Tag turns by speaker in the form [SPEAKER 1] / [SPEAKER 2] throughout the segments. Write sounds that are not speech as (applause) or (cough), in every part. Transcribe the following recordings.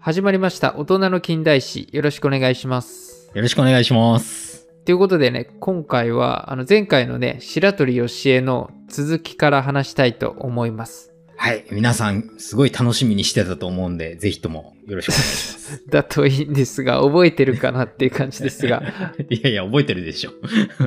[SPEAKER 1] 始まりました。大人の近代史。よろしくお願いします。
[SPEAKER 2] よろしくお願いします。
[SPEAKER 1] ということでね、今回は、あの、前回のね、白鳥義恵の続きから話したいと思います。
[SPEAKER 2] はい。皆さん、すごい楽しみにしてたと思うんで、ぜひともよろしくお願いし
[SPEAKER 1] だといいんですが、覚えてるかなっていう感じですが、
[SPEAKER 2] ます。 (laughs) いやいや、覚えてるでしょ。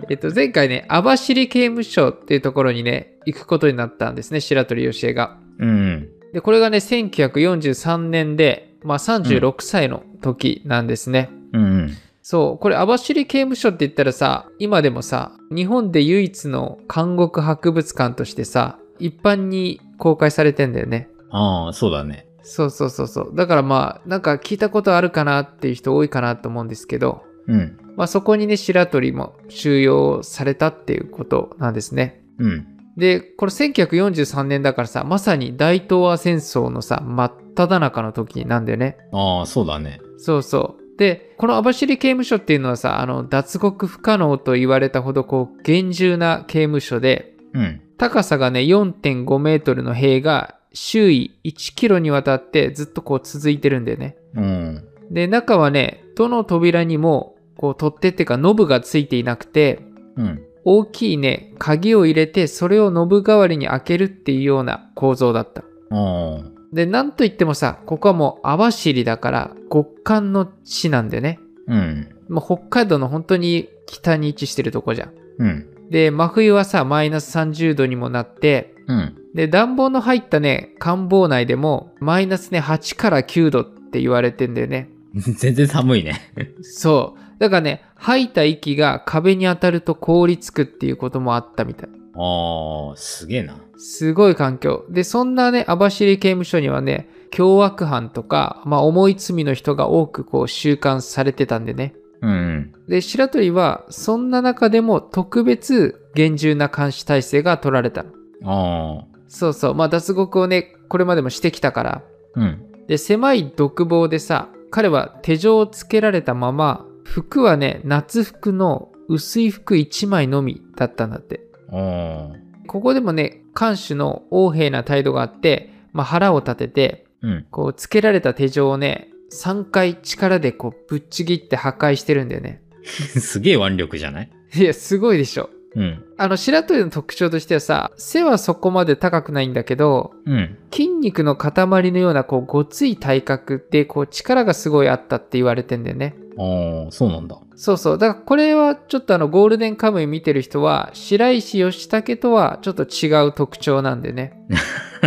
[SPEAKER 1] えっと、前回ね、網走刑務所っていうところにね、行くことになったんですね、白鳥義恵が。
[SPEAKER 2] うん。
[SPEAKER 1] で、これがね、1943年で、まあ、36歳の時なんですね。
[SPEAKER 2] うん。
[SPEAKER 1] そう、これ網走刑務所って言ったらさ、今でもさ、日本で唯一の監獄博物館としてさ、一般に公開されてんだよね。
[SPEAKER 2] ああ、そうだね。
[SPEAKER 1] そうそうそうそう。だからまあ、なんか聞いたことあるかなっていう人多いかなと思うんですけど、
[SPEAKER 2] うん。
[SPEAKER 1] まあそこにね、白鳥も収容されたっていうことなんですね。
[SPEAKER 2] うん。
[SPEAKER 1] で、これ1943年だからさ、まさに大東亜戦争のさ、真っ只中の時なんだよね。
[SPEAKER 2] ああ、そうだね。
[SPEAKER 1] そうそう。で、この網走刑務所っていうのはさ、あの、脱獄不可能と言われたほど、こう、厳重な刑務所で、
[SPEAKER 2] うん。
[SPEAKER 1] 高さがね、4.5メートルの塀が、周囲1キロにわたってずっとこう続いてるんだよね。
[SPEAKER 2] うん。
[SPEAKER 1] で、中はね、どの扉にも、こう、取っ手っていうか、ノブがついていなくて、
[SPEAKER 2] うん。
[SPEAKER 1] 大きいね、鍵を入れて、それをノブ代わりに開けるっていうような構造だった。
[SPEAKER 2] ああ。
[SPEAKER 1] で、なんといってもさ、ここはもう網走だから、極寒の地なんだよね。
[SPEAKER 2] うん。
[SPEAKER 1] まあ、北海道の本当に北に位置してるとこじゃん。
[SPEAKER 2] うん。
[SPEAKER 1] で、真冬はさ、マイナス30度にもなって、
[SPEAKER 2] うん。 (laughs)
[SPEAKER 1] で、暖房の入ったね、官房内でも、マイナスね、8から9度って言われてんだよね。
[SPEAKER 2] 全然寒いね。
[SPEAKER 1] そう。だからね、吐いた息が壁に当たると凍りつくっていうこともあったみたい。
[SPEAKER 2] ああ、すげえな。
[SPEAKER 1] すごい環境。で、そんなね、網走刑務所にはね、凶悪犯とか、まあ、重い罪の人が多くこう、収監されてたんでね。
[SPEAKER 2] うん。
[SPEAKER 1] で、白鳥は、そんな中でも特別厳重な監視体制が取られたの。
[SPEAKER 2] ああ。
[SPEAKER 1] そうそう。まあ、脱獄をね、これまでもしてきたから。
[SPEAKER 2] うん。
[SPEAKER 1] で、狭い独房でさ、彼は手錠をつけられたまま、服はね、夏服の薄い服1枚のみだったんだって。
[SPEAKER 2] ああ。
[SPEAKER 1] ここでもね、看守の横柄な態度があって、まあ、腹を立てて、
[SPEAKER 2] うん。 (laughs)
[SPEAKER 1] こう、つけられた手錠をね、3回力でこう、ぶっちぎって破壊してるんだよね。
[SPEAKER 2] すげえ腕力じゃない
[SPEAKER 1] いや、すごいでしょ。
[SPEAKER 2] うん。
[SPEAKER 1] あの白鳥の特徴としてはさ背はそこまで高くないんだけど
[SPEAKER 2] うん。
[SPEAKER 1] 筋肉の塊のようなこうごつい体格でこう力がすごいあったって言われてんだよね
[SPEAKER 2] ああ、そうなんだ。 (laughs)
[SPEAKER 1] そうそうだからこれはちょっとあのゴールデンカムイ見てる人は白石義武とはちょっと違う特徴なんでね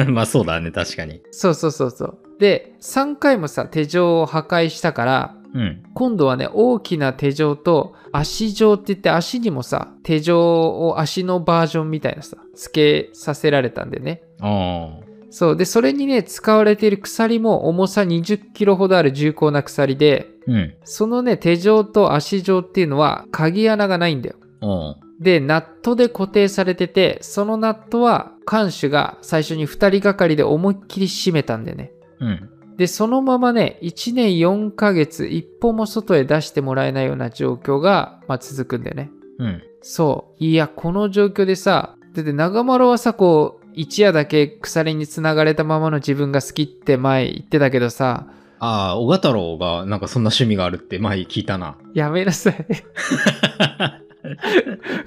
[SPEAKER 2] まあそうだね、確かに。
[SPEAKER 1] そうそうそうそうで3回もさ手錠を破壊したから
[SPEAKER 2] うん。
[SPEAKER 1] 今度はね大きな手錠と足錠って言って足にもさ手錠を足のバージョンみたいなさつけさせられたんでね
[SPEAKER 2] ああ。
[SPEAKER 1] そう。で、それにね、使われている鎖も重さ20キロほどある重厚な鎖で、
[SPEAKER 2] うん。
[SPEAKER 1] そのね、手錠と足錠っていうのは鍵穴がないんだよ。
[SPEAKER 2] あ
[SPEAKER 1] で、ナットで固定されてて、そのナットは看守が最初に2人がかりで思いっきり締めたんだよね。
[SPEAKER 2] あ。うん。
[SPEAKER 1] で、そのままね、1年4ヶ月、一歩も外へ出してもらえないような状況が、まあ、続くんだよね。
[SPEAKER 2] うん。
[SPEAKER 1] そう。いや、この状況でさ、だって長丸はさ、こう、一夜だけ鎖に繋がれたままの自分が好きって前言ってたけどさ、
[SPEAKER 2] ああ、小太郎がなんかそんな趣味があるって前聞いた (laughs) な。
[SPEAKER 1] やめなさい。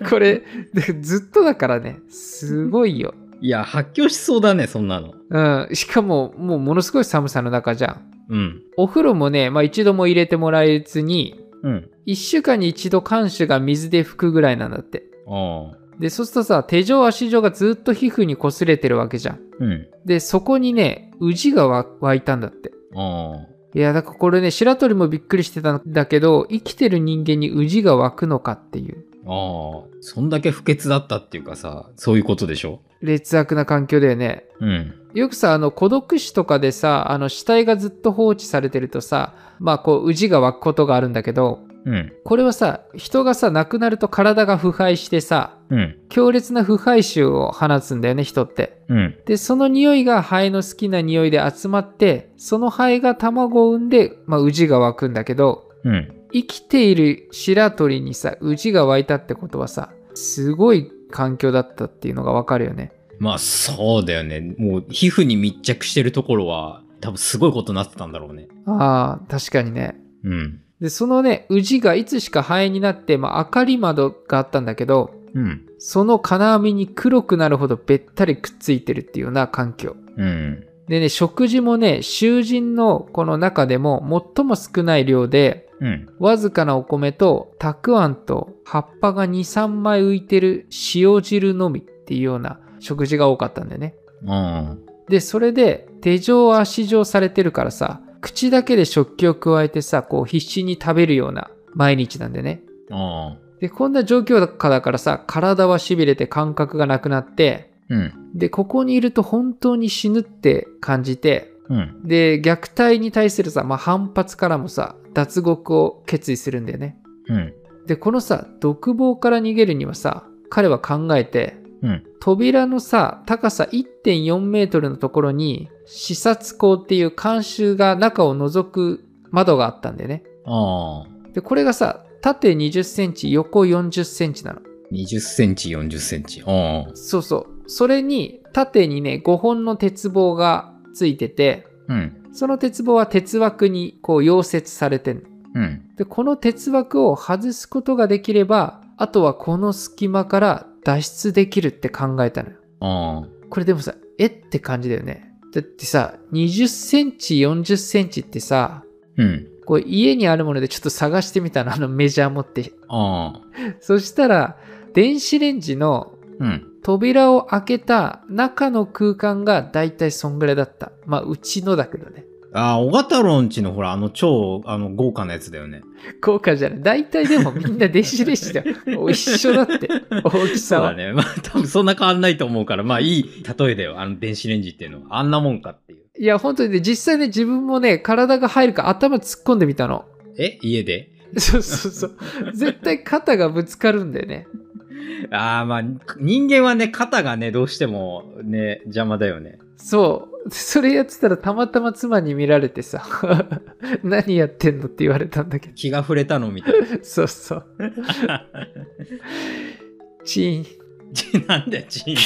[SPEAKER 1] これ、でずっとだからね、すごいよ。
[SPEAKER 2] いや、発狂しそうだね、そんなの。
[SPEAKER 1] うん。しかも、もうものすごい寒さの中じゃん。
[SPEAKER 2] うん。
[SPEAKER 1] お風呂もね、まあ一度も入れてもらえずに、
[SPEAKER 2] うん。
[SPEAKER 1] 一週間に一度看守が水で拭くぐらいなんだって。
[SPEAKER 2] ああ。
[SPEAKER 1] で、そうするとさ、手錠足錠がずっと皮膚に擦れてるわけじゃん。
[SPEAKER 2] うん。
[SPEAKER 1] で、そこにね、宇治がわ湧いたんだって。
[SPEAKER 2] あ
[SPEAKER 1] いや、だからこれね、白鳥もびっくりしてたんだけど、生きてる人間に宇治が湧くのかっていう、
[SPEAKER 2] あ。ああ。そんだけ不潔だったっていうかさ、そういうことでしょ
[SPEAKER 1] 劣悪な環境だよね。
[SPEAKER 2] うん。
[SPEAKER 1] よくさ、あの、孤独死とかでさ、あの、死体がずっと放置されてるとさ、まあ、こう、宇治が湧くことがあるんだけど、
[SPEAKER 2] うん。
[SPEAKER 1] これはさ、人がさ、亡くなると体が腐敗してさ、
[SPEAKER 2] うん。
[SPEAKER 1] 強烈な腐敗臭を放つんだよね、人って。
[SPEAKER 2] うん。
[SPEAKER 1] で、その匂いがハエの好きな匂いで集まって、そのハエが卵を産んで、まあ、宇治が湧くんだけど、
[SPEAKER 2] うん。
[SPEAKER 1] 生きている白鳥にさ、宇治が湧いたってことはさ、すごい環境だったっていうのがわかるよね。
[SPEAKER 2] まあそうだよね。もう皮膚に密着してるところは、多分すごいことになってたんだろうね。
[SPEAKER 1] ああ、確かにね。
[SPEAKER 2] うん。
[SPEAKER 1] で、そのね、宇治がいつしか灰になって、まあ、明かり窓があったんだけど、
[SPEAKER 2] うん。
[SPEAKER 1] その金網に黒くなるほどべったりくっついてるっていうような環境。
[SPEAKER 2] うん。
[SPEAKER 1] でね、食事もね、囚人のこの中でも最も少ない量で、
[SPEAKER 2] うん。
[SPEAKER 1] わずかなお米とたくあんと葉っぱが2、3枚浮いてる塩汁のみっていうような食事が多かったんだよね。
[SPEAKER 2] あ
[SPEAKER 1] で、それで手錠足錠されてるからさ、口だけで食器を加えてさ、こう必死に食べるような毎日なんでね。
[SPEAKER 2] あ。ああ。
[SPEAKER 1] で、こんな状況下だからさ、体は痺れて感覚がなくなって、
[SPEAKER 2] うん。
[SPEAKER 1] で、ここにいると本当に死ぬって感じて、
[SPEAKER 2] うん。
[SPEAKER 1] で、虐待に対するさ、まあ、反発からもさ、脱獄を決意するんだよね。
[SPEAKER 2] うん。
[SPEAKER 1] で、このさ、独房から逃げるにはさ、彼は考えて、
[SPEAKER 2] うん
[SPEAKER 1] 扉のさ、高さ1.4メートルのところに、視察口っていう監修が中を覗く窓があったんだよね。
[SPEAKER 2] ああ。
[SPEAKER 1] で、これがさ、縦20センチ、横40センチなの。
[SPEAKER 2] 20センチ、40センチ。ああ。
[SPEAKER 1] そうそう。それに、縦にね、5本の鉄棒がついてて、
[SPEAKER 2] うん。
[SPEAKER 1] その鉄棒は鉄枠にこう溶接されてんの
[SPEAKER 2] うん。
[SPEAKER 1] で、この鉄枠を外すことができれば、あとはこの隙間から脱出できるって考えたのよ。
[SPEAKER 2] ああ。
[SPEAKER 1] これでもさ、えって感じだよね。だってさ、20センチ、40センチってさ、
[SPEAKER 2] うん。
[SPEAKER 1] こう家にあるものでちょっと探してみたの、あのメジャー持って。
[SPEAKER 2] ああ。
[SPEAKER 1] そしたら、電子レンジの
[SPEAKER 2] うん。
[SPEAKER 1] 扉を開けた中の空間がだいたいそんぐらいだった。まあ、うちのだけどね。
[SPEAKER 2] ああ、小型ロンチのほら、あの超、あの、豪華なやつだよね。
[SPEAKER 1] 効果じゃない。大体でもみんな電子レンジだよ。一緒だって。大き
[SPEAKER 2] (laughs) そ
[SPEAKER 1] さ
[SPEAKER 2] う
[SPEAKER 1] は。
[SPEAKER 2] だね。まあ、多分そんな変わんないと思うから、まあ、いい例えだよ。あの、電子レンジっていうのは。あんなもんかっていう。
[SPEAKER 1] いや、本当にね、実際ね、自分もね、体が入るか頭突っ込んでみたの。
[SPEAKER 2] え家で
[SPEAKER 1] そうそうそう。絶対肩がぶつかるんだよね。
[SPEAKER 2] ああ、まあ、人間はね、肩がね、どうしてもね、邪魔だよね。
[SPEAKER 1] そう。それやってたらたまたま妻に見られてさ、 (laughs) 何やってんのって言われたんだけど。
[SPEAKER 2] 気が触れたのみたい
[SPEAKER 1] そうそう。
[SPEAKER 2] な。
[SPEAKER 1] チーン。
[SPEAKER 2] ち (laughs) なんだよ、チンって。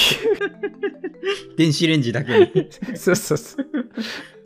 [SPEAKER 2] 電子レンジだけ (laughs) に。
[SPEAKER 1] そうそうそう。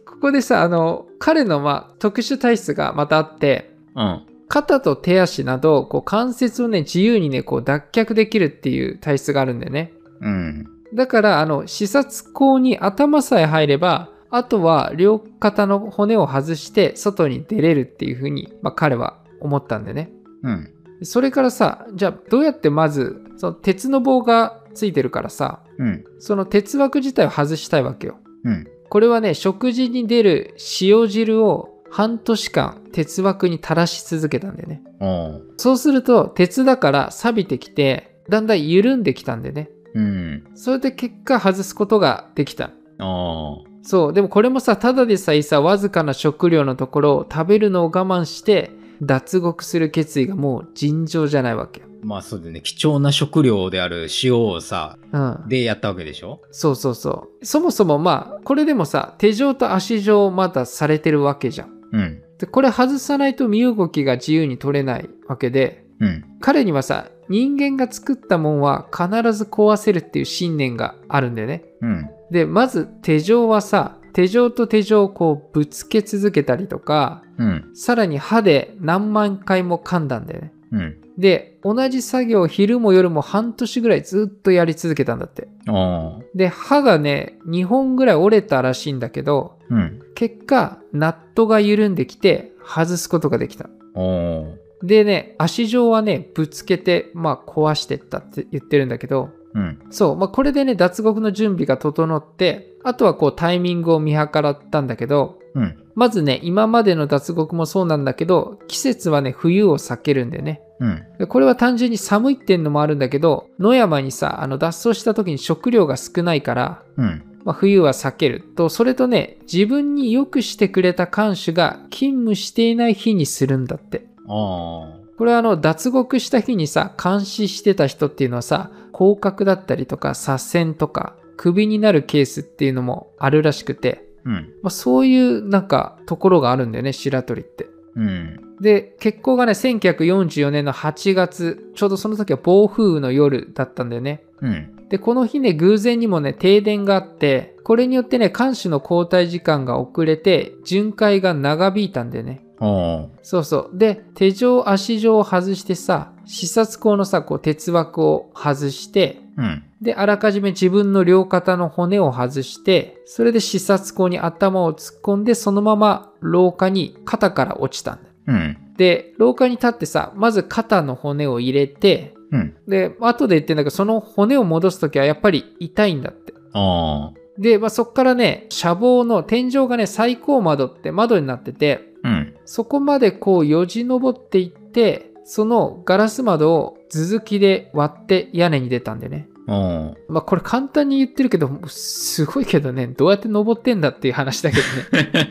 [SPEAKER 1] ここでさ、あの、彼の、まあ、特殊体質がまたあって、
[SPEAKER 2] うん。
[SPEAKER 1] 肩と手足など、こう関節をね、自由にね、こう脱却できるっていう体質があるんだよね。
[SPEAKER 2] うん。
[SPEAKER 1] だから、あの、視察口に頭さえ入れば、あとは両肩の骨を外して外に出れるっていうふうに、まあ、彼は思ったんでね。
[SPEAKER 2] うん。
[SPEAKER 1] それからさ、じゃあどうやってまず、その鉄の棒がついてるからさ、
[SPEAKER 2] うん。
[SPEAKER 1] その鉄枠自体を外したいわけよ。
[SPEAKER 2] うん。
[SPEAKER 1] これはね、食事に出る塩汁を半年間鉄枠に垂らし続けたんだよね。
[SPEAKER 2] お
[SPEAKER 1] そうすると、鉄だから錆びてきて、だんだん緩んできたんでね。
[SPEAKER 2] うん。
[SPEAKER 1] それで結果外すことができた。
[SPEAKER 2] お
[SPEAKER 1] そう、でもこれもさ、ただでさえさ、わずかな食料のところを食べるのを我慢して、脱獄する決意がもう尋常じゃないわけよ。
[SPEAKER 2] まあそうだよね。貴重な食料である塩をさ、
[SPEAKER 1] うん。
[SPEAKER 2] でやったわけでしょ
[SPEAKER 1] そうそうそう。そもそもまあ、これでもさ、手錠と足錠をまだされてるわけじゃん。
[SPEAKER 2] うん。
[SPEAKER 1] で、これ外さないと身動きが自由に取れないわけで、
[SPEAKER 2] うん。
[SPEAKER 1] 彼にはさ、人間が作ったもんは必ず壊せるっていう信念があるんだよね。
[SPEAKER 2] うん。
[SPEAKER 1] で、まず手錠はさ、手錠と手錠をこうぶつけ続けたりとか、
[SPEAKER 2] うん。
[SPEAKER 1] さらに歯で何万回も噛んだんだよね。
[SPEAKER 2] うん。
[SPEAKER 1] で、同じ作業を昼も夜も半年ぐらいずっとやり続けたんだって。
[SPEAKER 2] おー
[SPEAKER 1] で、歯がね、2本ぐらい折れたらしいんだけど、
[SPEAKER 2] うん。
[SPEAKER 1] 結果、ナットが緩んできて外すことができた。
[SPEAKER 2] おー
[SPEAKER 1] でね、足上はね、ぶつけて、まあ壊してったって言ってるんだけど、
[SPEAKER 2] うん。
[SPEAKER 1] そう、まあこれでね、脱獄の準備が整って、あとはこうタイミングを見計らったんだけど、
[SPEAKER 2] うん。
[SPEAKER 1] まずね、今までの脱獄もそうなんだけど、季節はね、冬を避けるんだよね。
[SPEAKER 2] うん。
[SPEAKER 1] でこれは単純に寒いってんのもあるんだけど、野山にさ、あの脱走した時に食料が少ないから、
[SPEAKER 2] うん。
[SPEAKER 1] まあ、冬は避けると、それとね、自分によくしてくれた看守が勤務していない日にするんだって。
[SPEAKER 2] あ
[SPEAKER 1] これはあの、脱獄した日にさ、監視してた人っていうのはさ、降格だったりとか、左遷とか、クビになるケースっていうのもあるらしくて、
[SPEAKER 2] ーうん。
[SPEAKER 1] まあ、そういうなんかところがあるんだよね、白鳥って。
[SPEAKER 2] うん。
[SPEAKER 1] で、決行がね、1944年の8月、ちょうどその時は暴風雨の夜だったんだよね。
[SPEAKER 2] うん。
[SPEAKER 1] で、この日ね、偶然にもね、停電があって、これによってね、艦首の交代時間が遅れて、巡回が長引いたんだよね。
[SPEAKER 2] あ
[SPEAKER 1] そうそう。で、手錠、足錠を外してさ、視察口のさ、こう、鉄枠を外して、
[SPEAKER 2] あ。うん。
[SPEAKER 1] で、あらかじめ自分の両肩の骨を外して、それで視察口に頭を突っ込んで、そのまま廊下に肩から落ちたんだ。
[SPEAKER 2] うん。
[SPEAKER 1] で、廊下に立ってさ、まず肩の骨を入れて、
[SPEAKER 2] うん。
[SPEAKER 1] で、後で言ってんだけど、その骨を戻すときはやっぱり痛いんだって。
[SPEAKER 2] ああ。
[SPEAKER 1] で、まあ、そっからね、車房の天井がね、最高窓って窓になってて、
[SPEAKER 2] うん。
[SPEAKER 1] そこまでこうよじ登っていって、そのガラス窓を続きで割って屋根に出たんでね。
[SPEAKER 2] (laughs) あ
[SPEAKER 1] まあこれ簡単に言ってるけど、すごいけどね、どうやって登ってんだっていう話だけどね。
[SPEAKER 2] (laughs) あ。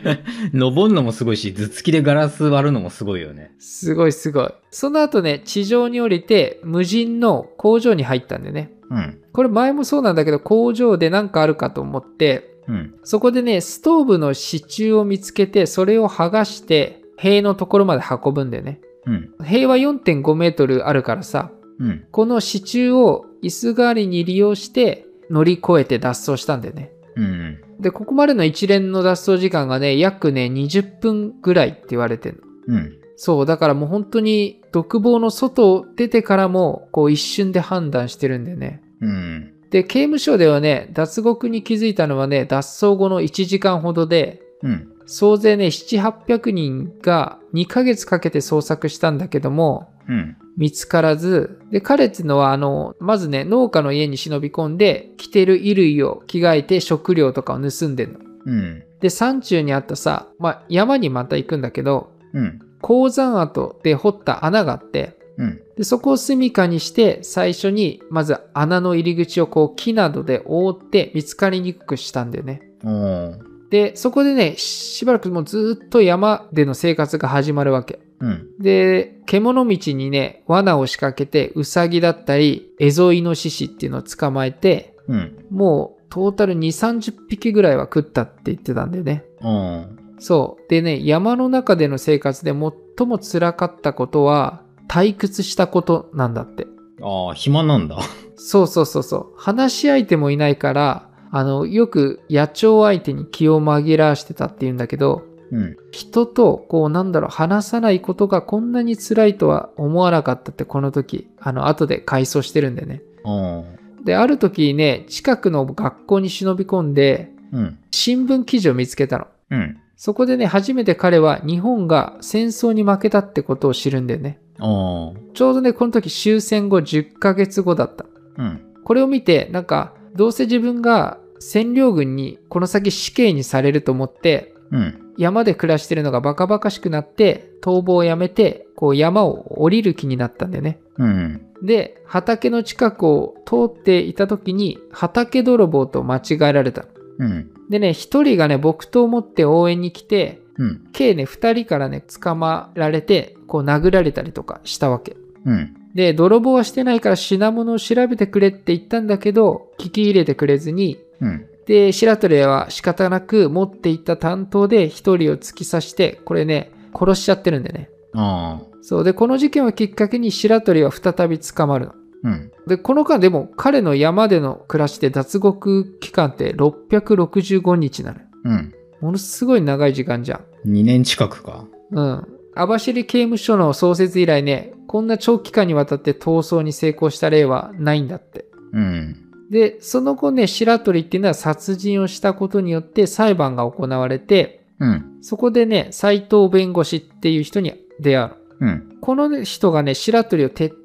[SPEAKER 2] 登んのもすごいし、頭突きでガラス割るのもすごいよね。
[SPEAKER 1] すごいすごい。その後ね、地上に降りて無人の工場に入ったんでね。
[SPEAKER 2] うん。
[SPEAKER 1] これ前もそうなんだけど、工場で何かあるかと思って、
[SPEAKER 2] うん。
[SPEAKER 1] そこでね、ストーブの支柱を見つけて、それを剥がして、塀のところまで運ぶんだよね。
[SPEAKER 2] うん。
[SPEAKER 1] 塀は4.5メートルあるからさ、
[SPEAKER 2] うん。
[SPEAKER 1] この支柱を椅子代わりに利用して乗り越えて脱走したんだよね。
[SPEAKER 2] うん。
[SPEAKER 1] で、ここまでの一連の脱走時間がね、約ね、20分ぐらいって言われてる
[SPEAKER 2] うん。
[SPEAKER 1] そう、だからもう本当に独房の外を出てからも、こう一瞬で判断してるんだよね。
[SPEAKER 2] うん。
[SPEAKER 1] で、刑務所ではね、脱獄に気づいたのはね、脱走後の1時間ほどで、
[SPEAKER 2] うん。
[SPEAKER 1] 総勢ね、7、800人が2ヶ月かけて捜索したんだけども、
[SPEAKER 2] うん。
[SPEAKER 1] 見つからず、で、彼っていうのは、あの、まずね、農家の家に忍び込んで、着てる衣類を着替えて食料とかを盗んでんの。
[SPEAKER 2] うん。
[SPEAKER 1] で、山中にあったさ、まあ、山にまた行くんだけど、
[SPEAKER 2] うん。
[SPEAKER 1] 鉱山跡で掘った穴があって、
[SPEAKER 2] うん。
[SPEAKER 1] でそこを住みかにして最初にまず穴の入り口をこう木などで覆って見つかりにくくしたんだよね。
[SPEAKER 2] おー
[SPEAKER 1] でそこでねしばらくもうずっと山での生活が始まるわけ。
[SPEAKER 2] うん。
[SPEAKER 1] で獣道にね罠を仕掛けてウサギだったりエゾイノシシっていうのを捕まえて
[SPEAKER 2] うん。
[SPEAKER 1] もうトータル2 3 0匹ぐらいは食ったって言ってたんだよね。
[SPEAKER 2] おー
[SPEAKER 1] そう。でね、山の中での生活で最も辛かったことは、退屈したことなんだって。
[SPEAKER 2] ああ、暇なんだ。
[SPEAKER 1] そうそうそうそう。話し相手もいないから、あの、よく野鳥相手に気を紛らわしてたって言うんだけど、
[SPEAKER 2] うん。
[SPEAKER 1] 人と、こう、なんだろう、話さないことがこんなに辛いとは思わなかったって、この時、あの、後で回想してるんでね。
[SPEAKER 2] おー
[SPEAKER 1] で、ある時ね、近くの学校に忍び込んで、
[SPEAKER 2] うん。
[SPEAKER 1] 新聞記事を見つけたの。
[SPEAKER 2] うん。
[SPEAKER 1] そこでね、初めて彼は日本が戦争に負けたってことを知るんだよね。
[SPEAKER 2] おー
[SPEAKER 1] ちょうどね、この時終戦後10ヶ月後だった。
[SPEAKER 2] うん。
[SPEAKER 1] これを見て、なんか、どうせ自分が占領軍にこの先死刑にされると思って、
[SPEAKER 2] うん。
[SPEAKER 1] 山で暮らしてるのがバカバカしくなって、逃亡をやめて、こう山を降りる気になったんだよね。
[SPEAKER 2] うん。
[SPEAKER 1] で、畑の近くを通っていた時に、畑泥棒と間違えられた。
[SPEAKER 2] うん。
[SPEAKER 1] でね、一人がね、木刀を持って応援に来て、
[SPEAKER 2] うん。
[SPEAKER 1] 計ね2人からね捕まられてこう殴られたりとかしたわけ
[SPEAKER 2] うん。
[SPEAKER 1] で泥棒はしてないから品物を調べてくれって言ったんだけど聞き入れてくれずに
[SPEAKER 2] うん。
[SPEAKER 1] で白鳥は仕方なく持っていた担当で1人を突き刺してこれね殺しちゃってるんでね
[SPEAKER 2] ああ。
[SPEAKER 1] そうでこの事件をきっかけに白鳥は再び捕まるの
[SPEAKER 2] うん。
[SPEAKER 1] でこの間でも彼の山での暮らしで脱獄期間って665日なのよ
[SPEAKER 2] うん。
[SPEAKER 1] ものすごい長い時間じゃん
[SPEAKER 2] 2年近くか。
[SPEAKER 1] うん。網走刑務所の創設以来ね、こんな長期間にわたって逃走に成功した例はないんだって。
[SPEAKER 2] うん。
[SPEAKER 1] で、その後ね、白鳥っていうのは殺人をしたことによって裁判が行われて、
[SPEAKER 2] うん。
[SPEAKER 1] そこでね、斎藤弁護士っていう人に出会う
[SPEAKER 2] うん。
[SPEAKER 1] の。この人がね、白鳥を徹底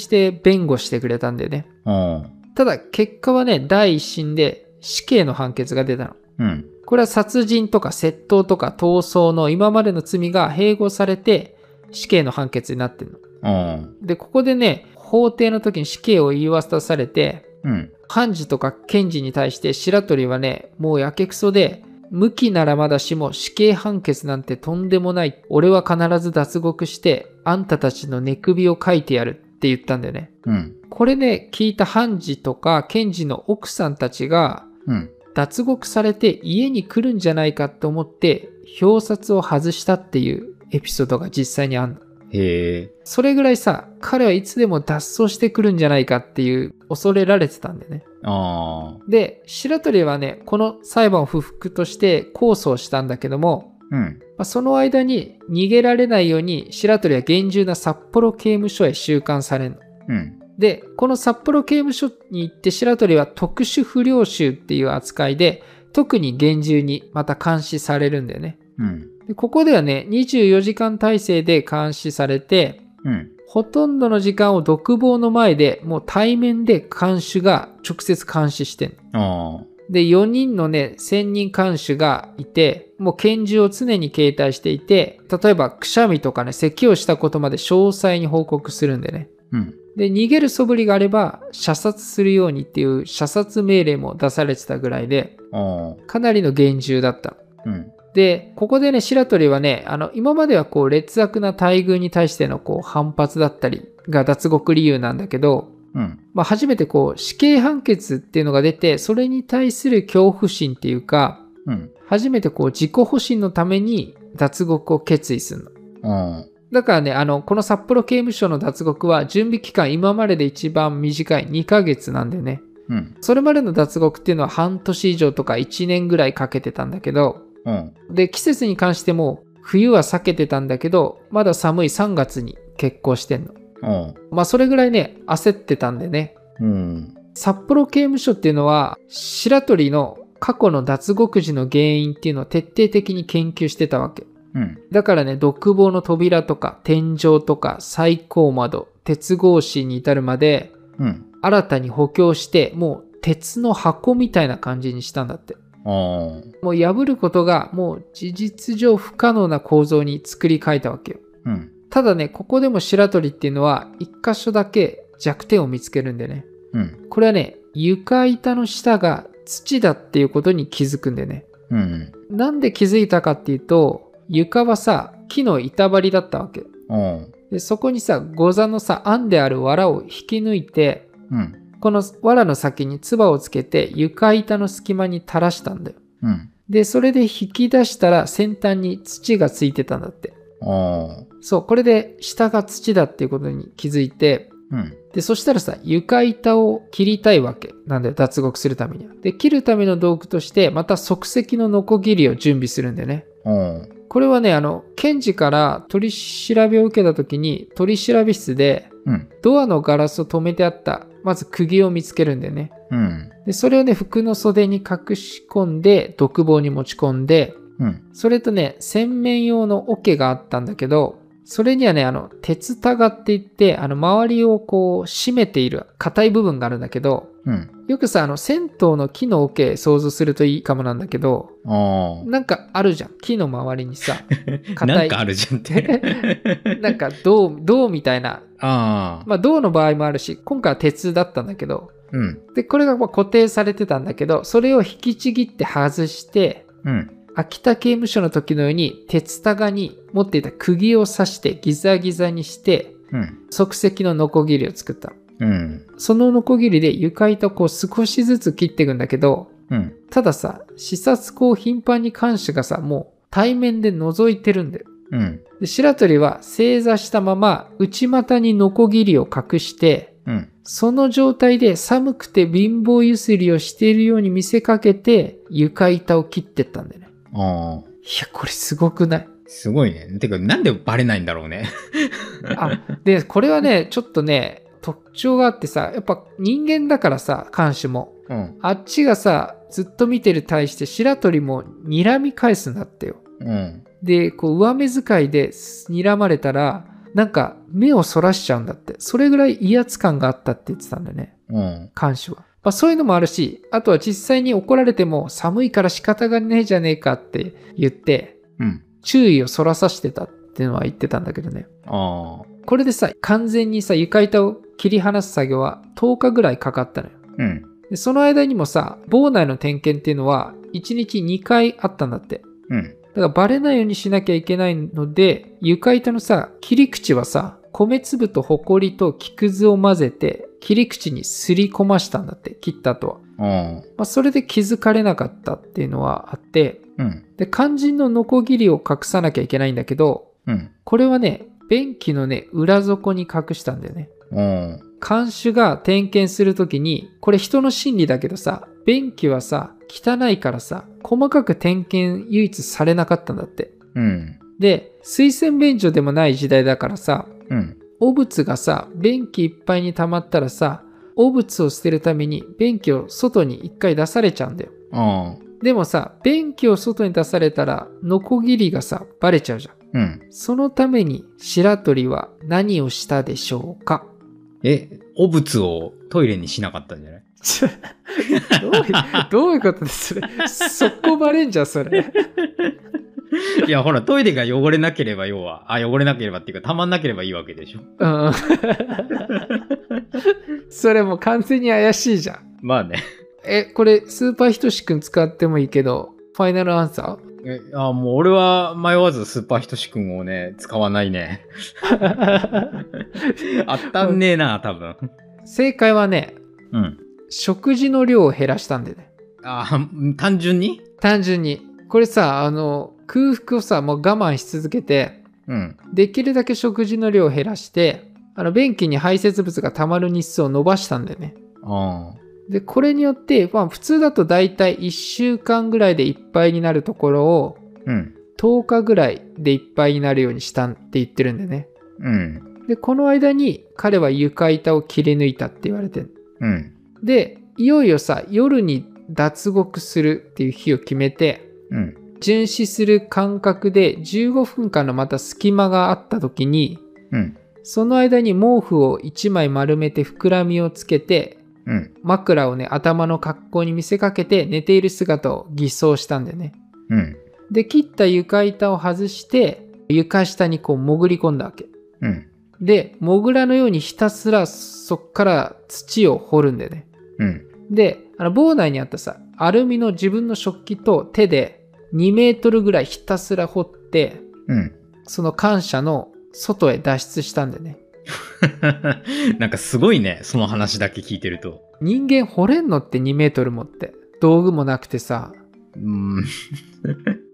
[SPEAKER 1] して弁護してくれたんだよね。
[SPEAKER 2] ああ。
[SPEAKER 1] ただ、結果はね、第一審で死刑の判決が出たの。
[SPEAKER 2] うん。
[SPEAKER 1] これは殺人とか窃盗とか逃走の今までの罪が併合されて死刑の判決になってるの。
[SPEAKER 2] ああ。
[SPEAKER 1] で、ここでね、法廷の時に死刑を言い渡されて、
[SPEAKER 2] うん。
[SPEAKER 1] 判事とか検事に対して白鳥はね、もうやけくそで、無期ならまだしも死刑判決なんてとんでもない。俺は必ず脱獄して、あんたたちの寝首をかいてやるって言ったんだよね。
[SPEAKER 2] うん。
[SPEAKER 1] これね、聞いた判事とか検事の奥さんたちが、
[SPEAKER 2] うん。
[SPEAKER 1] 脱獄されて家に来るんじゃないかと思って表札を外したっていうエピソードが実際にあんの
[SPEAKER 2] へえ。
[SPEAKER 1] それぐらいさ彼はいつでも脱走してくるんじゃないかっていう恐れられてたんだよね
[SPEAKER 2] ああ。
[SPEAKER 1] で、白鳥はね、この裁判を不服として控訴をしたんだけども、
[SPEAKER 2] うん。
[SPEAKER 1] まあその間に逃げられないように白鳥は厳重な札幌刑務所へ収監されるの。
[SPEAKER 2] うん。
[SPEAKER 1] で、この札幌刑務所に行って白鳥は特殊不良囚っていう扱いで、特に厳重にまた監視されるんだよね。
[SPEAKER 2] うん。
[SPEAKER 1] でここではね、24時間体制で監視されて、
[SPEAKER 2] うん。
[SPEAKER 1] ほとんどの時間を独房の前でもう対面で看守が直接監視してんの
[SPEAKER 2] ああ。
[SPEAKER 1] で、4人のね、専任看守がいて、もう拳銃を常に携帯していて、例えばくしゃみとかね、咳をしたことまで詳細に報告するんでね。
[SPEAKER 2] うん。
[SPEAKER 1] で、逃げる素振りがあれば、射殺するようにっていう射殺命令も出されてたぐらいで、
[SPEAKER 2] ああ。
[SPEAKER 1] かなりの厳重だったの。
[SPEAKER 2] うん。
[SPEAKER 1] で、ここでね、白鳥はね、あの、今まではこう、劣悪な待遇に対してのこう、反発だったりが脱獄理由なんだけど、
[SPEAKER 2] うん。
[SPEAKER 1] まあ、初めてこう、死刑判決っていうのが出て、それに対する恐怖心っていうか、
[SPEAKER 2] うん。
[SPEAKER 1] 初めてこう、自己保身のために脱獄を決意するの。
[SPEAKER 2] あ
[SPEAKER 1] だからね、あの、この札幌刑務所の脱獄は準備期間今までで一番短い2ヶ月なんでね。
[SPEAKER 2] あ。うん。
[SPEAKER 1] それまでの脱獄っていうのは半年以上とか1年ぐらいかけてたんだけど、
[SPEAKER 2] うん。
[SPEAKER 1] で、季節に関しても、冬は避けてたんだけど、まだ寒い3月に結婚してんの。
[SPEAKER 2] ああ。
[SPEAKER 1] まあ、それぐらいね、焦ってたんでね。
[SPEAKER 2] うん。
[SPEAKER 1] 札幌刑務所っていうのは、白鳥の過去の脱獄時の原因っていうのを徹底的に研究してたわけ。
[SPEAKER 2] うん。
[SPEAKER 1] だからね、独房の扉とか、天井とか、最高窓、鉄格子に至るまで、
[SPEAKER 2] うん。
[SPEAKER 1] 新たに補強して、もう鉄の箱みたいな感じにしたんだって。
[SPEAKER 2] ああ。
[SPEAKER 1] もう破ることがもう事実上不可能な構造に作り変えたわけよ。
[SPEAKER 2] うん。
[SPEAKER 1] ただね、ここでも白鳥っていうのは一箇所だけ弱点を見つけるんでね。
[SPEAKER 2] うん。
[SPEAKER 1] これはね、床板の下が土だっていうことに気づくんでね。
[SPEAKER 2] うん。
[SPEAKER 1] なんで気づいたかっていうと、床はさ、木の板張りだったわけ。
[SPEAKER 2] ああ。
[SPEAKER 1] でそこにさ、ゴザのさ、案である藁を引き抜いて、
[SPEAKER 2] うん。
[SPEAKER 1] この藁の先に唾をつけて床板の隙間に垂らしたんだよ。
[SPEAKER 2] うん。
[SPEAKER 1] で、それで引き出したら先端に土がついてたんだって。
[SPEAKER 2] ああ。
[SPEAKER 1] そう、これで下が土だっていうことに気づいて、
[SPEAKER 2] うん。
[SPEAKER 1] で、そしたらさ、床板を切りたいわけなんだよ、脱獄するためには。で、切るための道具として、また即席のノコギリを準備するんだよね。
[SPEAKER 2] ああ。
[SPEAKER 1] これはね、あの、検事から取り調べを受けた時に、取り調べ室で、
[SPEAKER 2] うん。
[SPEAKER 1] ドアのガラスを止めてあった、まず釘を見つけるんだよね。
[SPEAKER 2] うん。
[SPEAKER 1] で、それをね、服の袖に隠し込んで、独房に持ち込んで、
[SPEAKER 2] うん。
[SPEAKER 1] それとね、洗面用の桶があったんだけど、それにはね、あの、鉄タガって言って、あの、周りをこう、締めている硬い部分があるんだけど、
[SPEAKER 2] うん。
[SPEAKER 1] よくさ、あの、銭湯の木の桶想像するといいかもなんだけど、
[SPEAKER 2] あ
[SPEAKER 1] なんかあるじゃん。木の周りにさ、
[SPEAKER 2] あ。
[SPEAKER 1] 硬。
[SPEAKER 2] (laughs) ないんかあるじゃんって。
[SPEAKER 1] (laughs) なんか銅、銅みたいな。
[SPEAKER 2] ああ。
[SPEAKER 1] まあ、銅の場合もあるし、今回は鉄だったんだけど、
[SPEAKER 2] うん。
[SPEAKER 1] で、これがまあ固定されてたんだけど、それを引きちぎって外して、
[SPEAKER 2] うん。
[SPEAKER 1] 秋田刑務所の時のように鉄タガに持っていた釘を刺してギザギザにして
[SPEAKER 2] うん。
[SPEAKER 1] 即席のノコギリを作った
[SPEAKER 2] うん。
[SPEAKER 1] そのノコギリで床板をこう少しずつ切っていくんだけど
[SPEAKER 2] うん。
[SPEAKER 1] たださ視察こう頻繁に監視がさもう対面で覗いてるんだよ
[SPEAKER 2] うん。
[SPEAKER 1] で白鳥は正座したまま内股にノコギリを隠して
[SPEAKER 2] うん。
[SPEAKER 1] その状態で寒くて貧乏ゆすりをしているように見せかけて床板を切ってったんだよね
[SPEAKER 2] ああ。
[SPEAKER 1] いやこれすごくない
[SPEAKER 2] すごいね。てか、なんでバレないんだろうね。
[SPEAKER 1] あでこれはねちょっとね特徴があってさやっぱ人間だからさ看守も
[SPEAKER 2] うん。
[SPEAKER 1] あっちがさずっと見てる対して白鳥も睨み返すんだってよ
[SPEAKER 2] うん。
[SPEAKER 1] でこう上目遣いで睨まれたらなんか目をそらしちゃうんだってそれぐらい威圧感があったって言ってたんだよね
[SPEAKER 2] うん。
[SPEAKER 1] 看守は、まあ、そういうのもあるしあとは実際に怒られても寒いから仕方がねえじゃねえかって言って
[SPEAKER 2] うん。
[SPEAKER 1] 注意をそらさしてたっていうのは言ってたんだけどね
[SPEAKER 2] ああ。
[SPEAKER 1] これでさ、完全にさ、床板を切り離す作業は10日ぐらいかかったのよ。
[SPEAKER 2] うん。
[SPEAKER 1] でその間にもさ、房内の点検っていうのは1日2回あったんだって。
[SPEAKER 2] うん。
[SPEAKER 1] だからバレないようにしなきゃいけないので、床板のさ、切り口はさ、米粒とホコリと木くずを混ぜて、切り口にすり込ましたんだって、切った後は。
[SPEAKER 2] ああ。
[SPEAKER 1] まあ、それで気づかれなかったっていうのはあって、
[SPEAKER 2] うん。
[SPEAKER 1] で、肝心のノコギリを隠さなきゃいけないんだけど、
[SPEAKER 2] うん。
[SPEAKER 1] これはね、便器のね、裏底に隠したんだよね。
[SPEAKER 2] うん。
[SPEAKER 1] 看守が点検するときに、これ人の心理だけどさ、便器はさ、汚いからさ、細かく点検唯一されなかったんだって。
[SPEAKER 2] うん。
[SPEAKER 1] で、水洗便所でもない時代だからさ、
[SPEAKER 2] うん。
[SPEAKER 1] 汚物がさ、便器いっぱいに溜まったらさ、汚物を捨てるために便器を外に一回出されちゃうんだよ。
[SPEAKER 2] ああ。
[SPEAKER 1] でもさ、便器を外に出されたら、ノコギリがさ、バレちゃうじゃん。
[SPEAKER 2] うん。
[SPEAKER 1] そのために白鳥は何をしたでしょうか (laughs)
[SPEAKER 2] え、汚物をトイレにしなかったんじゃない (laughs)
[SPEAKER 1] ちょどういうどういうことですそこバレんじゃん、それ。
[SPEAKER 2] いや、ほら、トイレが汚れなければ、要は、あ、汚れなければっていうか、たまんなければいいわけでしょ。
[SPEAKER 1] うん。 (laughs) それもう完全に怪しいじゃん。
[SPEAKER 2] まあね。
[SPEAKER 1] え、これ、スーパーひとしくん使ってもいいけど、ファイナルアンサ
[SPEAKER 2] (laughs) えあ、もう俺は迷わずスーパーひとしくんをね、使わないね。
[SPEAKER 1] ー
[SPEAKER 2] (laughs) あったんねえな、多分。
[SPEAKER 1] 正解はね、
[SPEAKER 2] うん。
[SPEAKER 1] 食事の量を減らしたんでね。
[SPEAKER 2] あ、単純に
[SPEAKER 1] 単純に。これさ、あの、空腹をさ、もう我慢し続けて、
[SPEAKER 2] うん。
[SPEAKER 1] できるだけ食事の量を減らして、あの、便器に排泄物が溜まる日数を伸ばしたんだよね。
[SPEAKER 2] あ
[SPEAKER 1] で、これによって、まあ、普通だとだいたい1週間ぐらいでいっぱいになるところを、
[SPEAKER 2] うん。
[SPEAKER 1] 10日ぐらいでいっぱいになるようにしたって言ってるんでね。
[SPEAKER 2] うん。
[SPEAKER 1] で、この間に彼は床板を切り抜いたって言われてる。
[SPEAKER 2] うん。
[SPEAKER 1] で、いよいよさ、夜に脱獄するっていう日を決めて、
[SPEAKER 2] うん。
[SPEAKER 1] 巡視する間隔で15分間のまた隙間があった時に、
[SPEAKER 2] うん。
[SPEAKER 1] その間に毛布を1枚丸めて膨らみをつけて、
[SPEAKER 2] うん。
[SPEAKER 1] 枕をね、頭の格好に見せかけて寝ている姿を偽装したんだよね。
[SPEAKER 2] うん。
[SPEAKER 1] で、切った床板を外して、床下にこう潜り込んだわけ。
[SPEAKER 2] うん。
[SPEAKER 1] で、モグラのようにひたすらそっから土を掘るんだよね。
[SPEAKER 2] うん。
[SPEAKER 1] で、あの、房内にあったさ、アルミの自分の食器と手で2メートルぐらいひたすら掘って、
[SPEAKER 2] うん。
[SPEAKER 1] その感謝の外へ脱出したんだよね。
[SPEAKER 2] (laughs) なんかすごいね、その話だけ聞いてると。
[SPEAKER 1] 人間掘れんのって2メートルもって。道具もなくてさ。
[SPEAKER 2] うん。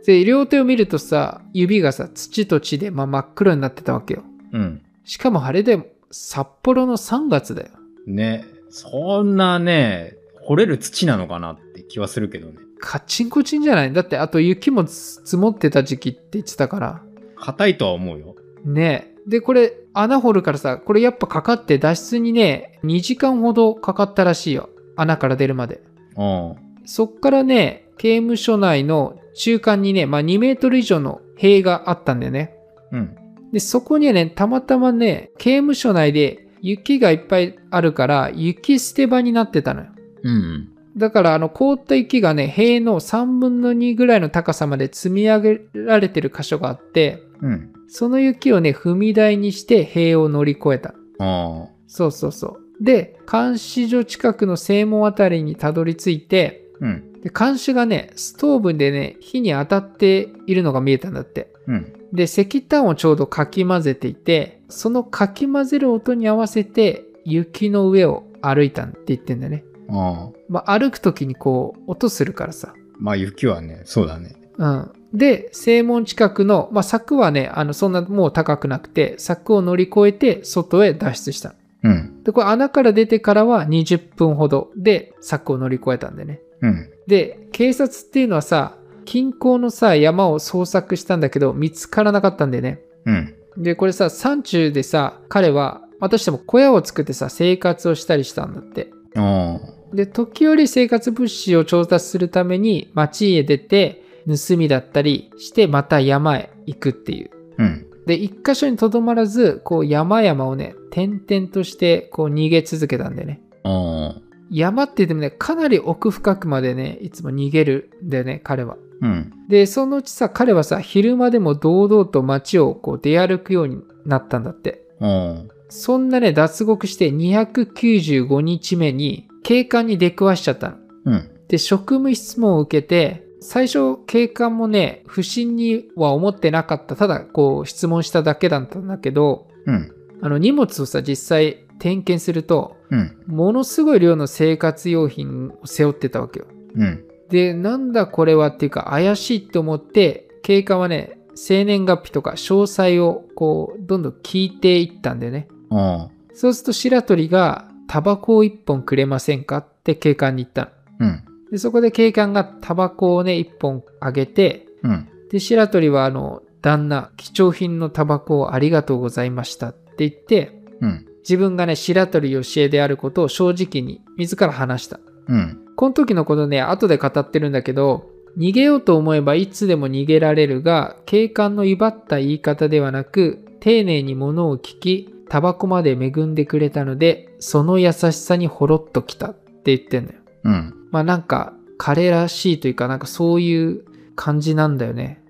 [SPEAKER 1] で、両手を見るとさ、指がさ、土と血で、まあ、真っ黒になってたわけよ。
[SPEAKER 2] うん。
[SPEAKER 1] しかもあれで、札幌の3月だよ。
[SPEAKER 2] ね。そんなね、掘れる土なのかなって気はするけどね。
[SPEAKER 1] カチンコチンじゃないだって、あと雪もつ積もってた時期って言ってたから。
[SPEAKER 2] 硬いとは思うよ。
[SPEAKER 1] ねえ。で、これ、穴掘るからさ、これやっぱかかって脱出にね、2時間ほどかかったらしいよ。穴から出るまで。
[SPEAKER 2] う
[SPEAKER 1] そっからね、刑務所内の中間にね、まあ2メートル以上の塀があったんだよね。
[SPEAKER 2] ん。うん。
[SPEAKER 1] で、そこにはね、たまたまね、刑務所内で雪がいっぱいあるから、雪捨て場になってたのよ。
[SPEAKER 2] うん。
[SPEAKER 1] だから、あの、凍った雪がね、塀の3分の2ぐらいの高さまで積み上げられてる箇所があって、
[SPEAKER 2] うん。
[SPEAKER 1] その雪をね、踏み台にして塀を乗り越えた。
[SPEAKER 2] ああ。
[SPEAKER 1] そうそうそう。で、監視所近くの正門あたりにたどり着いて、
[SPEAKER 2] うん。
[SPEAKER 1] で、監視がね、ストーブでね、火に当たっているのが見えたんだって。
[SPEAKER 2] うん。
[SPEAKER 1] で、石炭をちょうどかき混ぜていて、そのかき混ぜる音に合わせて、雪の上を歩いたんって言ってんだよね。
[SPEAKER 2] ああ。
[SPEAKER 1] まあ、歩く時にこう、音するからさ。
[SPEAKER 2] まあ雪はね、そうだね。
[SPEAKER 1] うん。で、正門近くの、まあ、柵はね、あの、そんなもう高くなくて、柵を乗り越えて、外へ脱出した。
[SPEAKER 2] うん。
[SPEAKER 1] で、これ穴から出てからは20分ほどで柵を乗り越えたんでね。
[SPEAKER 2] うん。
[SPEAKER 1] で、警察っていうのはさ、近郊のさ、山を捜索したんだけど、見つからなかったんでね。
[SPEAKER 2] うん。
[SPEAKER 1] で、これさ、山中でさ、彼は、私しても小屋を作ってさ、生活をしたりしたんだって。
[SPEAKER 2] あ
[SPEAKER 1] で、時折生活物資を調達するために町へ出て、盗みだったりして、また山へ行くっていう。
[SPEAKER 2] あ。うん。
[SPEAKER 1] で、一箇所にとどまらず、こう山々をね、転々として、こう逃げ続けたんでね。
[SPEAKER 2] ああ。
[SPEAKER 1] 山って言ってもね、かなり奥深くまでね、いつも逃げるんだよね、彼は。
[SPEAKER 2] うん。
[SPEAKER 1] で、そのうちさ、彼はさ、昼間でも堂々と街をこう出歩くようになったんだって。
[SPEAKER 2] あ
[SPEAKER 1] そんなね、脱獄して295日目に警官に出くわしちゃったの。
[SPEAKER 2] あ。うん。
[SPEAKER 1] で、職務質問を受けて、最初警官もね、不審には思ってなかった。ただ、こう質問しただけだったんだけど、
[SPEAKER 2] うん。
[SPEAKER 1] あの荷物をさ、実際点検すると、
[SPEAKER 2] うん。
[SPEAKER 1] ものすごい量の生活用品を背負ってたわけよ。
[SPEAKER 2] うん。
[SPEAKER 1] で、なんだこれはっていうか怪しいと思って、警官はね、生年月日とか詳細をこう、どんどん聞いていったんだよね。
[SPEAKER 2] ああ。
[SPEAKER 1] そうすると白鳥が、タバコを一本くれませんかって警官に言ったの。
[SPEAKER 2] うん。
[SPEAKER 1] で、そこで警官がタバコをね、一本あげて、
[SPEAKER 2] うん。
[SPEAKER 1] で、白鳥はあの、旦那、貴重品のタバコをありがとうございましたって言って、
[SPEAKER 2] うん。
[SPEAKER 1] 自分がね、白鳥よしえであることを正直に自ら話した。
[SPEAKER 2] うん。
[SPEAKER 1] この時のことね、後で語ってるんだけど、逃げようと思えばいつでも逃げられるが、警官の威張った言い方ではなく、丁寧に物を聞き、タバコまで恵んでくれたので、その優しさにほろっときたって言ってんのよ。
[SPEAKER 2] うん。
[SPEAKER 1] まあなんか、彼らしいというか、なんかそういう感じなんだよね。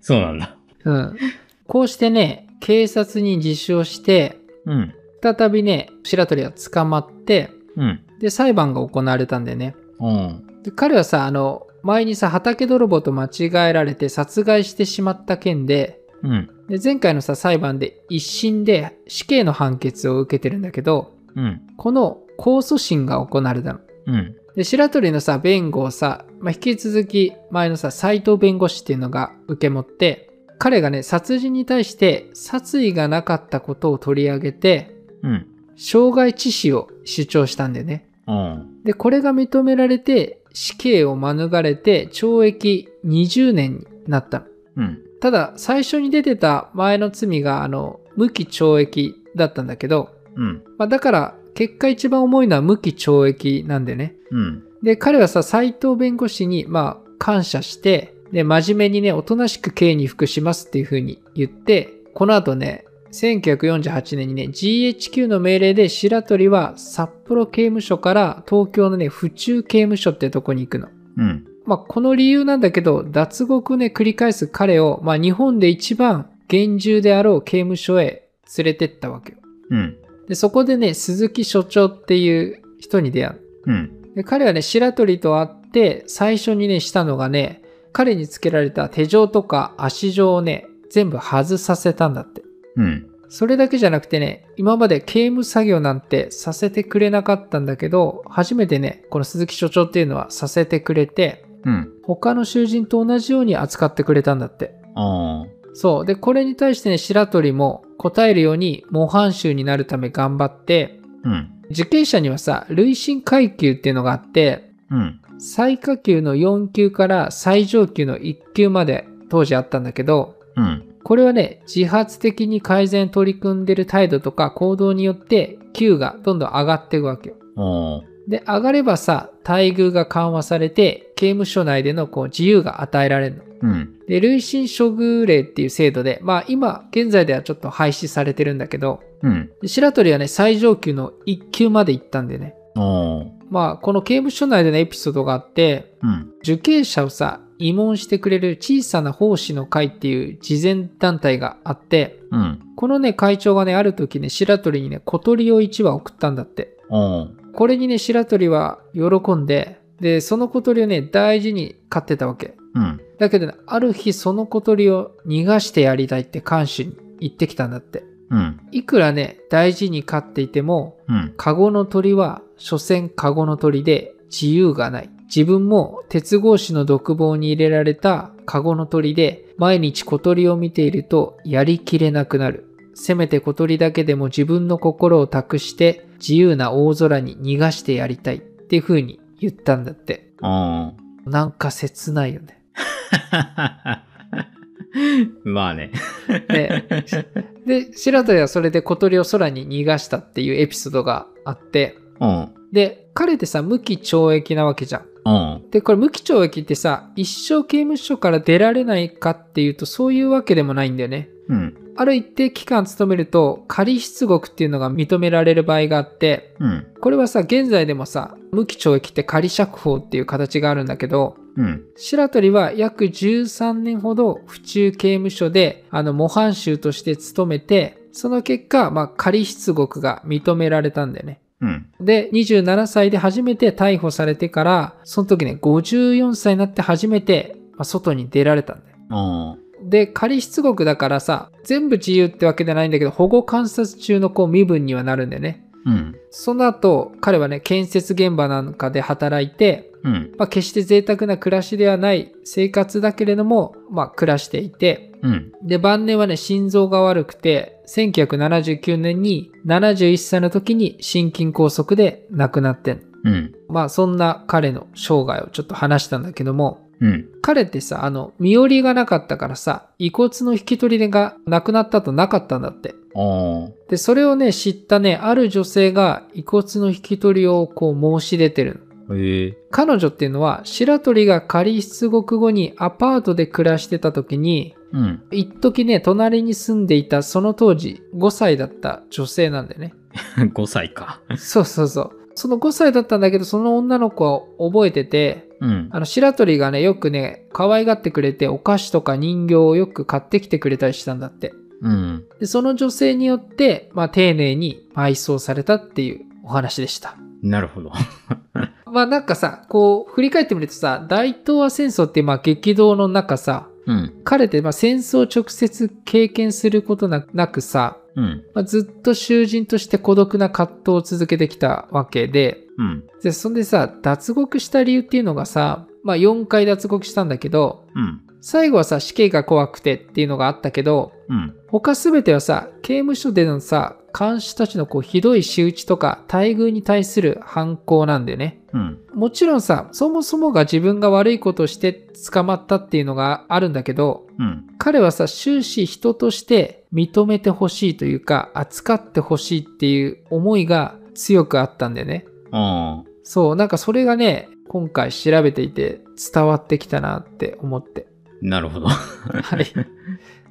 [SPEAKER 2] そうなんだ。
[SPEAKER 1] うん。こうしてね、警察に自首をして、
[SPEAKER 2] うん。
[SPEAKER 1] 再びね、白鳥は捕まって、
[SPEAKER 2] うん。
[SPEAKER 1] で、裁判が行われたんだよね。
[SPEAKER 2] うん。
[SPEAKER 1] で彼はさあの前にさ畑泥棒と間違えられて殺害してしまった件で
[SPEAKER 2] うん。
[SPEAKER 1] で前回のさ裁判で一審で死刑の判決を受けてるんだけど
[SPEAKER 2] うん。
[SPEAKER 1] この控訴審が行われたの。
[SPEAKER 2] うん。
[SPEAKER 1] で白鳥のさ弁護をさ、まあ、引き続き前のさ斎藤弁護士っていうのが受け持って彼がね殺人に対して殺意がなかったことを取り上げて
[SPEAKER 2] うん。
[SPEAKER 1] 傷害致死を主張したんだよね。
[SPEAKER 2] うん。
[SPEAKER 1] で、これが認められて、死刑を免れて、懲役20年になったの。
[SPEAKER 2] うん。
[SPEAKER 1] ただ、最初に出てた前の罪が、あの、無期懲役だったんだけど、
[SPEAKER 2] うん。
[SPEAKER 1] まあ、だから、結果一番重いのは無期懲役なんでね。
[SPEAKER 2] うん。
[SPEAKER 1] で、彼はさ、斎藤弁護士に、まあ、感謝して、で、真面目にね、おとなしく刑に服しますっていう風に言って、この後ね、1948年にね、GHQ の命令で白鳥は札幌刑務所から東京のね、府中刑務所ってとこに行くの。
[SPEAKER 2] うん。
[SPEAKER 1] まあ、この理由なんだけど、脱獄をね、繰り返す彼を、まあ、日本で一番厳重であろう刑務所へ連れてったわけよ。
[SPEAKER 2] うん。
[SPEAKER 1] で、そこでね、鈴木所長っていう人に出会う。
[SPEAKER 2] うん。
[SPEAKER 1] で彼はね白鳥と会って最初にねしたのがね彼につけられた手錠とか足錠をね全部外させたんだって
[SPEAKER 2] うん。
[SPEAKER 1] それだけじゃなくてね今まで刑務作業なんてさせてくれなかったんだけど初めてねこの鈴木所長っていうのはさせてくれて
[SPEAKER 2] うん。
[SPEAKER 1] 他の囚人と同じように扱ってくれたんだって
[SPEAKER 2] あ
[SPEAKER 1] そうでこれに対してね白鳥も答えるように模範囚になるため頑張って
[SPEAKER 2] あ。うん。
[SPEAKER 1] 受刑者にはさ累進階級っていうのがあって
[SPEAKER 2] うん。
[SPEAKER 1] 最下級の4級から最上級の1級まで当時あったんだけど、
[SPEAKER 2] うん。
[SPEAKER 1] これはね、自発的に改善取り組んでる態度とか行動によって級がどんどん上がっていくわけよ。
[SPEAKER 2] ああ。
[SPEAKER 1] で、上がればさ、待遇が緩和されて、刑務所内でのこう自由が与えられるの。
[SPEAKER 2] うん。
[SPEAKER 1] で、累進処遇令っていう制度で、まあ今、現在ではちょっと廃止されてるんだけど、
[SPEAKER 2] うん。
[SPEAKER 1] で白鳥はね、最上級の1級まで行ったんでね。
[SPEAKER 2] ああ。
[SPEAKER 1] まあ、この刑務所内でのエピソードがあって、
[SPEAKER 2] うん。
[SPEAKER 1] 受刑者をさ慰問してくれる小さな奉仕の会っていう慈善団体があって
[SPEAKER 2] うん。
[SPEAKER 1] このね会長がねある時ね白鳥にね小鳥を1羽送ったんだって
[SPEAKER 2] あ
[SPEAKER 1] これにね白鳥は喜んででその小鳥をね大事に飼ってたわけ
[SPEAKER 2] あ。うん。
[SPEAKER 1] だけど、ね、ある日その小鳥を逃がしてやりたいって看守に言ってきたんだって
[SPEAKER 2] うん。
[SPEAKER 1] いくらね大事に飼っていても
[SPEAKER 2] うん。
[SPEAKER 1] カゴの鳥は所詮カゴの鳥で自由がない自分も鉄格子の独房に入れられたカゴの鳥で毎日小鳥を見ているとやりきれなくなるせめて小鳥だけでも自分の心を託して自由な大空に逃がしてやりたいっていう風に言ったんだって
[SPEAKER 2] ああ。
[SPEAKER 1] なんか切ないよね
[SPEAKER 2] まあね。
[SPEAKER 1] でで白鳥はそれで小鳥を空に逃がしたっていうエピソードがあって
[SPEAKER 2] うん。
[SPEAKER 1] で彼ってさ無期懲役なわけじゃん
[SPEAKER 2] うん。
[SPEAKER 1] で、これ無期懲役ってさ、一生刑務所から出られないかっていうと、そういうわけでもないんだよね。
[SPEAKER 2] うん。
[SPEAKER 1] ある一定期間勤めると、仮出獄っていうのが認められる場合があって、
[SPEAKER 2] うん。
[SPEAKER 1] これはさ、現在でもさ、無期懲役って仮釈放っていう形があるんだけど、
[SPEAKER 2] うん。
[SPEAKER 1] 白鳥は約13年ほど府中刑務所で、あの、模範囚として勤めて、その結果、まあ、仮出獄が認められたんだよね。
[SPEAKER 2] うん。
[SPEAKER 1] で、27歳で初めて逮捕されてから、その時ね、54歳になって初めて、まあ外に出られたんだよ。
[SPEAKER 2] あ
[SPEAKER 1] で、仮出獄だからさ、全部自由ってわけじゃないんだけど、保護観察中のこう身分にはなるんだよね。
[SPEAKER 2] あ。うん。
[SPEAKER 1] その後、彼はね、建設現場なんかで働いて、
[SPEAKER 2] うん。
[SPEAKER 1] まあ、決して贅沢な暮らしではない生活だけれども、まあ、暮らしていて、
[SPEAKER 2] うん。
[SPEAKER 1] で、晩年はね、心臓が悪くて、 1979年に71歳の時に心筋梗塞で亡くなってん。
[SPEAKER 2] うん。
[SPEAKER 1] まあそんな彼の生涯をちょっと話したんだけども、
[SPEAKER 2] うん。
[SPEAKER 1] 彼ってさ、あの、身寄りがなかったからさ、遺骨の引き取りがなくなったとなかったんだって。
[SPEAKER 2] ああ。
[SPEAKER 1] で、それをね、知ったね、ある女性が遺骨の引き取りをこう申し出てるの。
[SPEAKER 2] ええ
[SPEAKER 1] 彼女っていうのは、白鳥が仮出国後にアパートで暮らしてた時に、
[SPEAKER 2] うん。
[SPEAKER 1] 一時ね、隣に住んでいたその当時5歳だった女性なんだよね。
[SPEAKER 2] (laughs) 5歳か。
[SPEAKER 1] そうそうそう。その5歳だったんだけど、その女の子は覚えてて、
[SPEAKER 2] うん。
[SPEAKER 1] あの、白鳥がね、よくね、可愛がってくれて、お菓子とか人形をよく買ってきてくれたりしたんだって。
[SPEAKER 2] うん。
[SPEAKER 1] で、その女性によって、まあ、丁寧に埋葬されたっていうお話でした。
[SPEAKER 2] なるほど。
[SPEAKER 1] まあ、なんかさ、こう、振り返ってみるとさ、大東亜戦争って、まあ、激動の中さ、
[SPEAKER 2] うん。
[SPEAKER 1] 彼って、まあ、戦争を直接経験することななくさ、
[SPEAKER 2] うん。
[SPEAKER 1] まあ、ずっと囚人として孤独な葛藤を続けてきたわけで、
[SPEAKER 2] うん。
[SPEAKER 1] で、そんでさ、脱獄した理由っていうのがさ、まあ、4回脱獄したんだけど、
[SPEAKER 2] うん。
[SPEAKER 1] 最後はさ、死刑が怖くてっていうのがあったけど、
[SPEAKER 2] うん。
[SPEAKER 1] 他すべてはさ、刑務所でのさ、監視たちのこうひどい仕打ちとか待遇に対する反抗なんだよね。
[SPEAKER 2] うん。
[SPEAKER 1] もちろんさ、そもそもが自分が悪いことをして捕まったっていうのがあるんだけど、
[SPEAKER 2] うん。
[SPEAKER 1] 彼はさ、終始人として認めてほしいというか、扱ってほしいっていう思いが強くあったんだよね。
[SPEAKER 2] ああ。
[SPEAKER 1] そう、なんかそれがね、今回調べていて伝わってきたなって思って。
[SPEAKER 2] なるほど。
[SPEAKER 1] はい。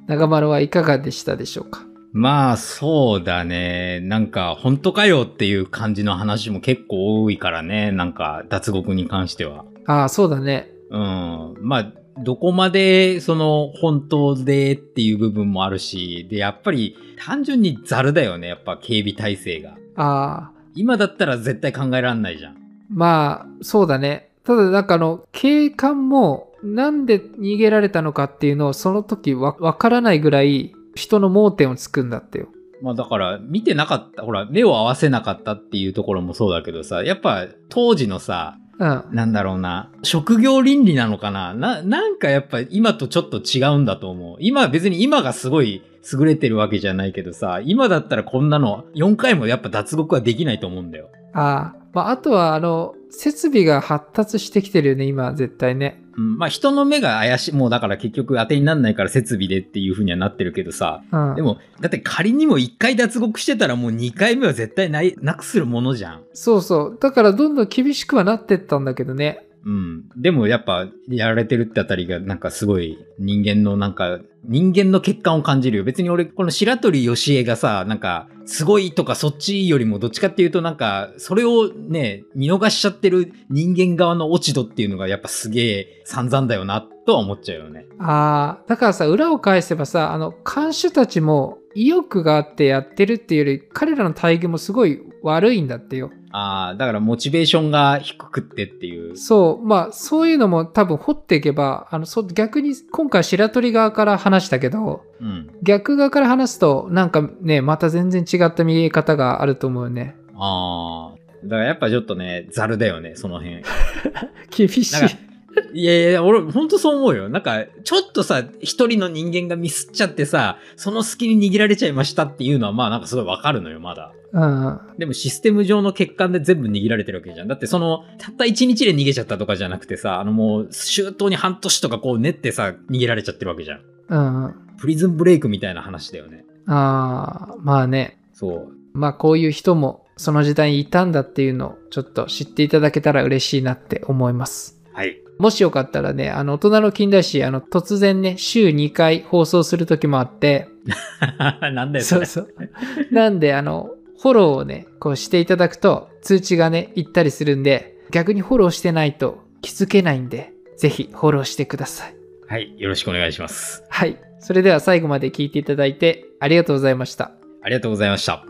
[SPEAKER 1] 中丸はいかがでしたでしょうか
[SPEAKER 2] (laughs) まあ、そうだね。なんか、本当かよっていう感じの話も結構多いからね。なんか、脱獄に関しては。
[SPEAKER 1] ああ、そうだね。
[SPEAKER 2] うん。まあ、どこまで、その、本当でっていう部分もあるし、で、やっぱり、単純にザルだよね。やっぱ、警備体制が。
[SPEAKER 1] ああ、
[SPEAKER 2] 今だったら絶対考えらんないじゃん。
[SPEAKER 1] まあ、そうだね。ただ、なんかあの、警官も、なんで逃げられたのかっていうのを、その時わ、わからないぐらい、人の盲点をつくんだってよ。
[SPEAKER 2] まあだから見てなかった、ほら目を合わせなかったっていうところもそうだけどさ、やっぱ当時のさ、
[SPEAKER 1] うん。
[SPEAKER 2] なんだろうな、職業倫理なのかなな、なんかやっぱ今とちょっと違うんだと思う。今別に今がすごい優れてるわけじゃないけどさ、今だったらこんなの4回もやっぱ脱獄はできないと思うんだよ。
[SPEAKER 1] ああ、まあ、あとは、あの、設備が発達してきてるよね、今、絶対ね。
[SPEAKER 2] うん、まあ人の目が怪しい、もうだから結局当てになんないから設備でっていう風にはなってるけどさ、
[SPEAKER 1] うん。
[SPEAKER 2] でも、だって仮にも1回脱獄してたらもう2回目は絶対ない、なくするものじゃん。
[SPEAKER 1] そうそう。だから、どんどん厳しくはなってったんだけどね。
[SPEAKER 2] うん。でもやっぱ、やられてるってあたりが、なんかすごい、人間のなんか、人間の欠陥を感じるよ。別に俺、この白鳥義恵がさ、なんか、すごいとかそっちよりも、どっちかっていうとなんか、それをね、見逃しちゃってる人間側の落ち度っていうのがやっぱすげえ散々だよな、とは思っちゃうよね。
[SPEAKER 1] ああ、だからさ、裏を返せばさ、あの、看守たちも意欲があってやってるっていうより、彼らの待遇もすごい悪いんだってよ。
[SPEAKER 2] ああ、だからモチベーションが低くってっていう。
[SPEAKER 1] そう、まあ、そういうのも多分掘っていけば、あの、そう逆に今回白鳥側から話したけど、
[SPEAKER 2] うん。
[SPEAKER 1] 逆側から話すと、なんかね、また全然違った見え方があると思うよね。
[SPEAKER 2] ああ。だからやっぱちょっとね、ざるだよね、その辺。
[SPEAKER 1] 厳しい
[SPEAKER 2] なん。かいやいや、俺、ほんとそう思うよ。なんか、ちょっとさ、一人の人間がミスっちゃってさ、その隙に逃げられちゃいましたっていうのは、まあなんかすごいわかるのよ、まだ。
[SPEAKER 1] うん。
[SPEAKER 2] でもシステム上の欠陥で全部逃げられてるわけじゃん。だってその、たった一日で逃げちゃったとかじゃなくてさ、あのもう、周到に半年とかこう練ってさ、逃げられちゃってるわけじゃん。
[SPEAKER 1] うん。あ
[SPEAKER 2] プリズンブレイクみたいな話だよね。
[SPEAKER 1] あー、まあね。
[SPEAKER 2] そう。
[SPEAKER 1] まあ、こういう人もその時代にいたんだっていうのをちょっと知っていただけたら嬉しいなって思います。
[SPEAKER 2] はい。
[SPEAKER 1] もしよかったらね、あの、大人の近代史、あの、突然ね、週2回放送する時もあって、
[SPEAKER 2] (laughs) なんだよ、そ
[SPEAKER 1] そう
[SPEAKER 2] れ。
[SPEAKER 1] そう。なんで、あの、フォローをね、こうしていただくと、通知がね、行ったりするんで、逆にフォローしてないと気づけないんで、ぜひフォローしてください。
[SPEAKER 2] はい。よろしくお願いします。
[SPEAKER 1] はい。それでは最後まで聞いていただいて、ありがとうございました。
[SPEAKER 2] ありがとうございました。